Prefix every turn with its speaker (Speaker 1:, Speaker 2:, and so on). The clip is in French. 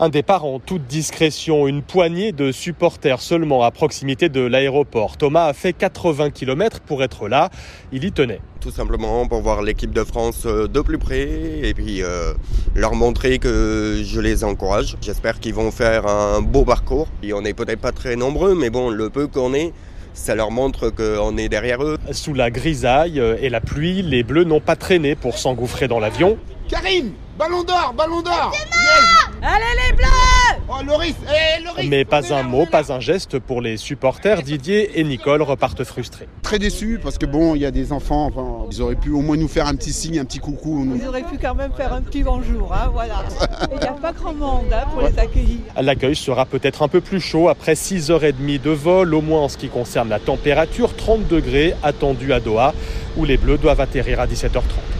Speaker 1: Un départ en toute discrétion, une poignée de supporters seulement à proximité de l'aéroport. Thomas a fait 80 km pour être là, il y tenait.
Speaker 2: Tout simplement pour voir l'équipe de France euh, de plus près et puis euh, leur montrer que je les encourage. J'espère qu'ils vont faire un beau parcours. Et on n'est peut-être pas très nombreux, mais bon, le peu qu'on est, ça leur montre qu'on est derrière eux.
Speaker 1: Sous la grisaille et la pluie, les Bleus n'ont pas traîné pour s'engouffrer dans l'avion.
Speaker 3: Karine Ballon d'or Ballon d'or
Speaker 4: Allez les bleus
Speaker 3: Oh Loris Eh Loris
Speaker 1: Mais pas un mot, pas un geste pour les supporters. Didier et Nicole repartent frustrés.
Speaker 3: Très déçu parce que bon, il y a des enfants, enfin, ils auraient pu au moins nous faire un petit signe, un petit coucou. nous.
Speaker 4: Ils auraient pu quand même faire un petit bonjour, hein, voilà. Il n'y a pas grand monde hein, pour les accueillir.
Speaker 1: L'accueil sera peut-être un peu plus chaud après 6h30 de vol, au moins en ce qui concerne la température, 30 degrés attendus à Doha, où les Bleus doivent atterrir à 17h30.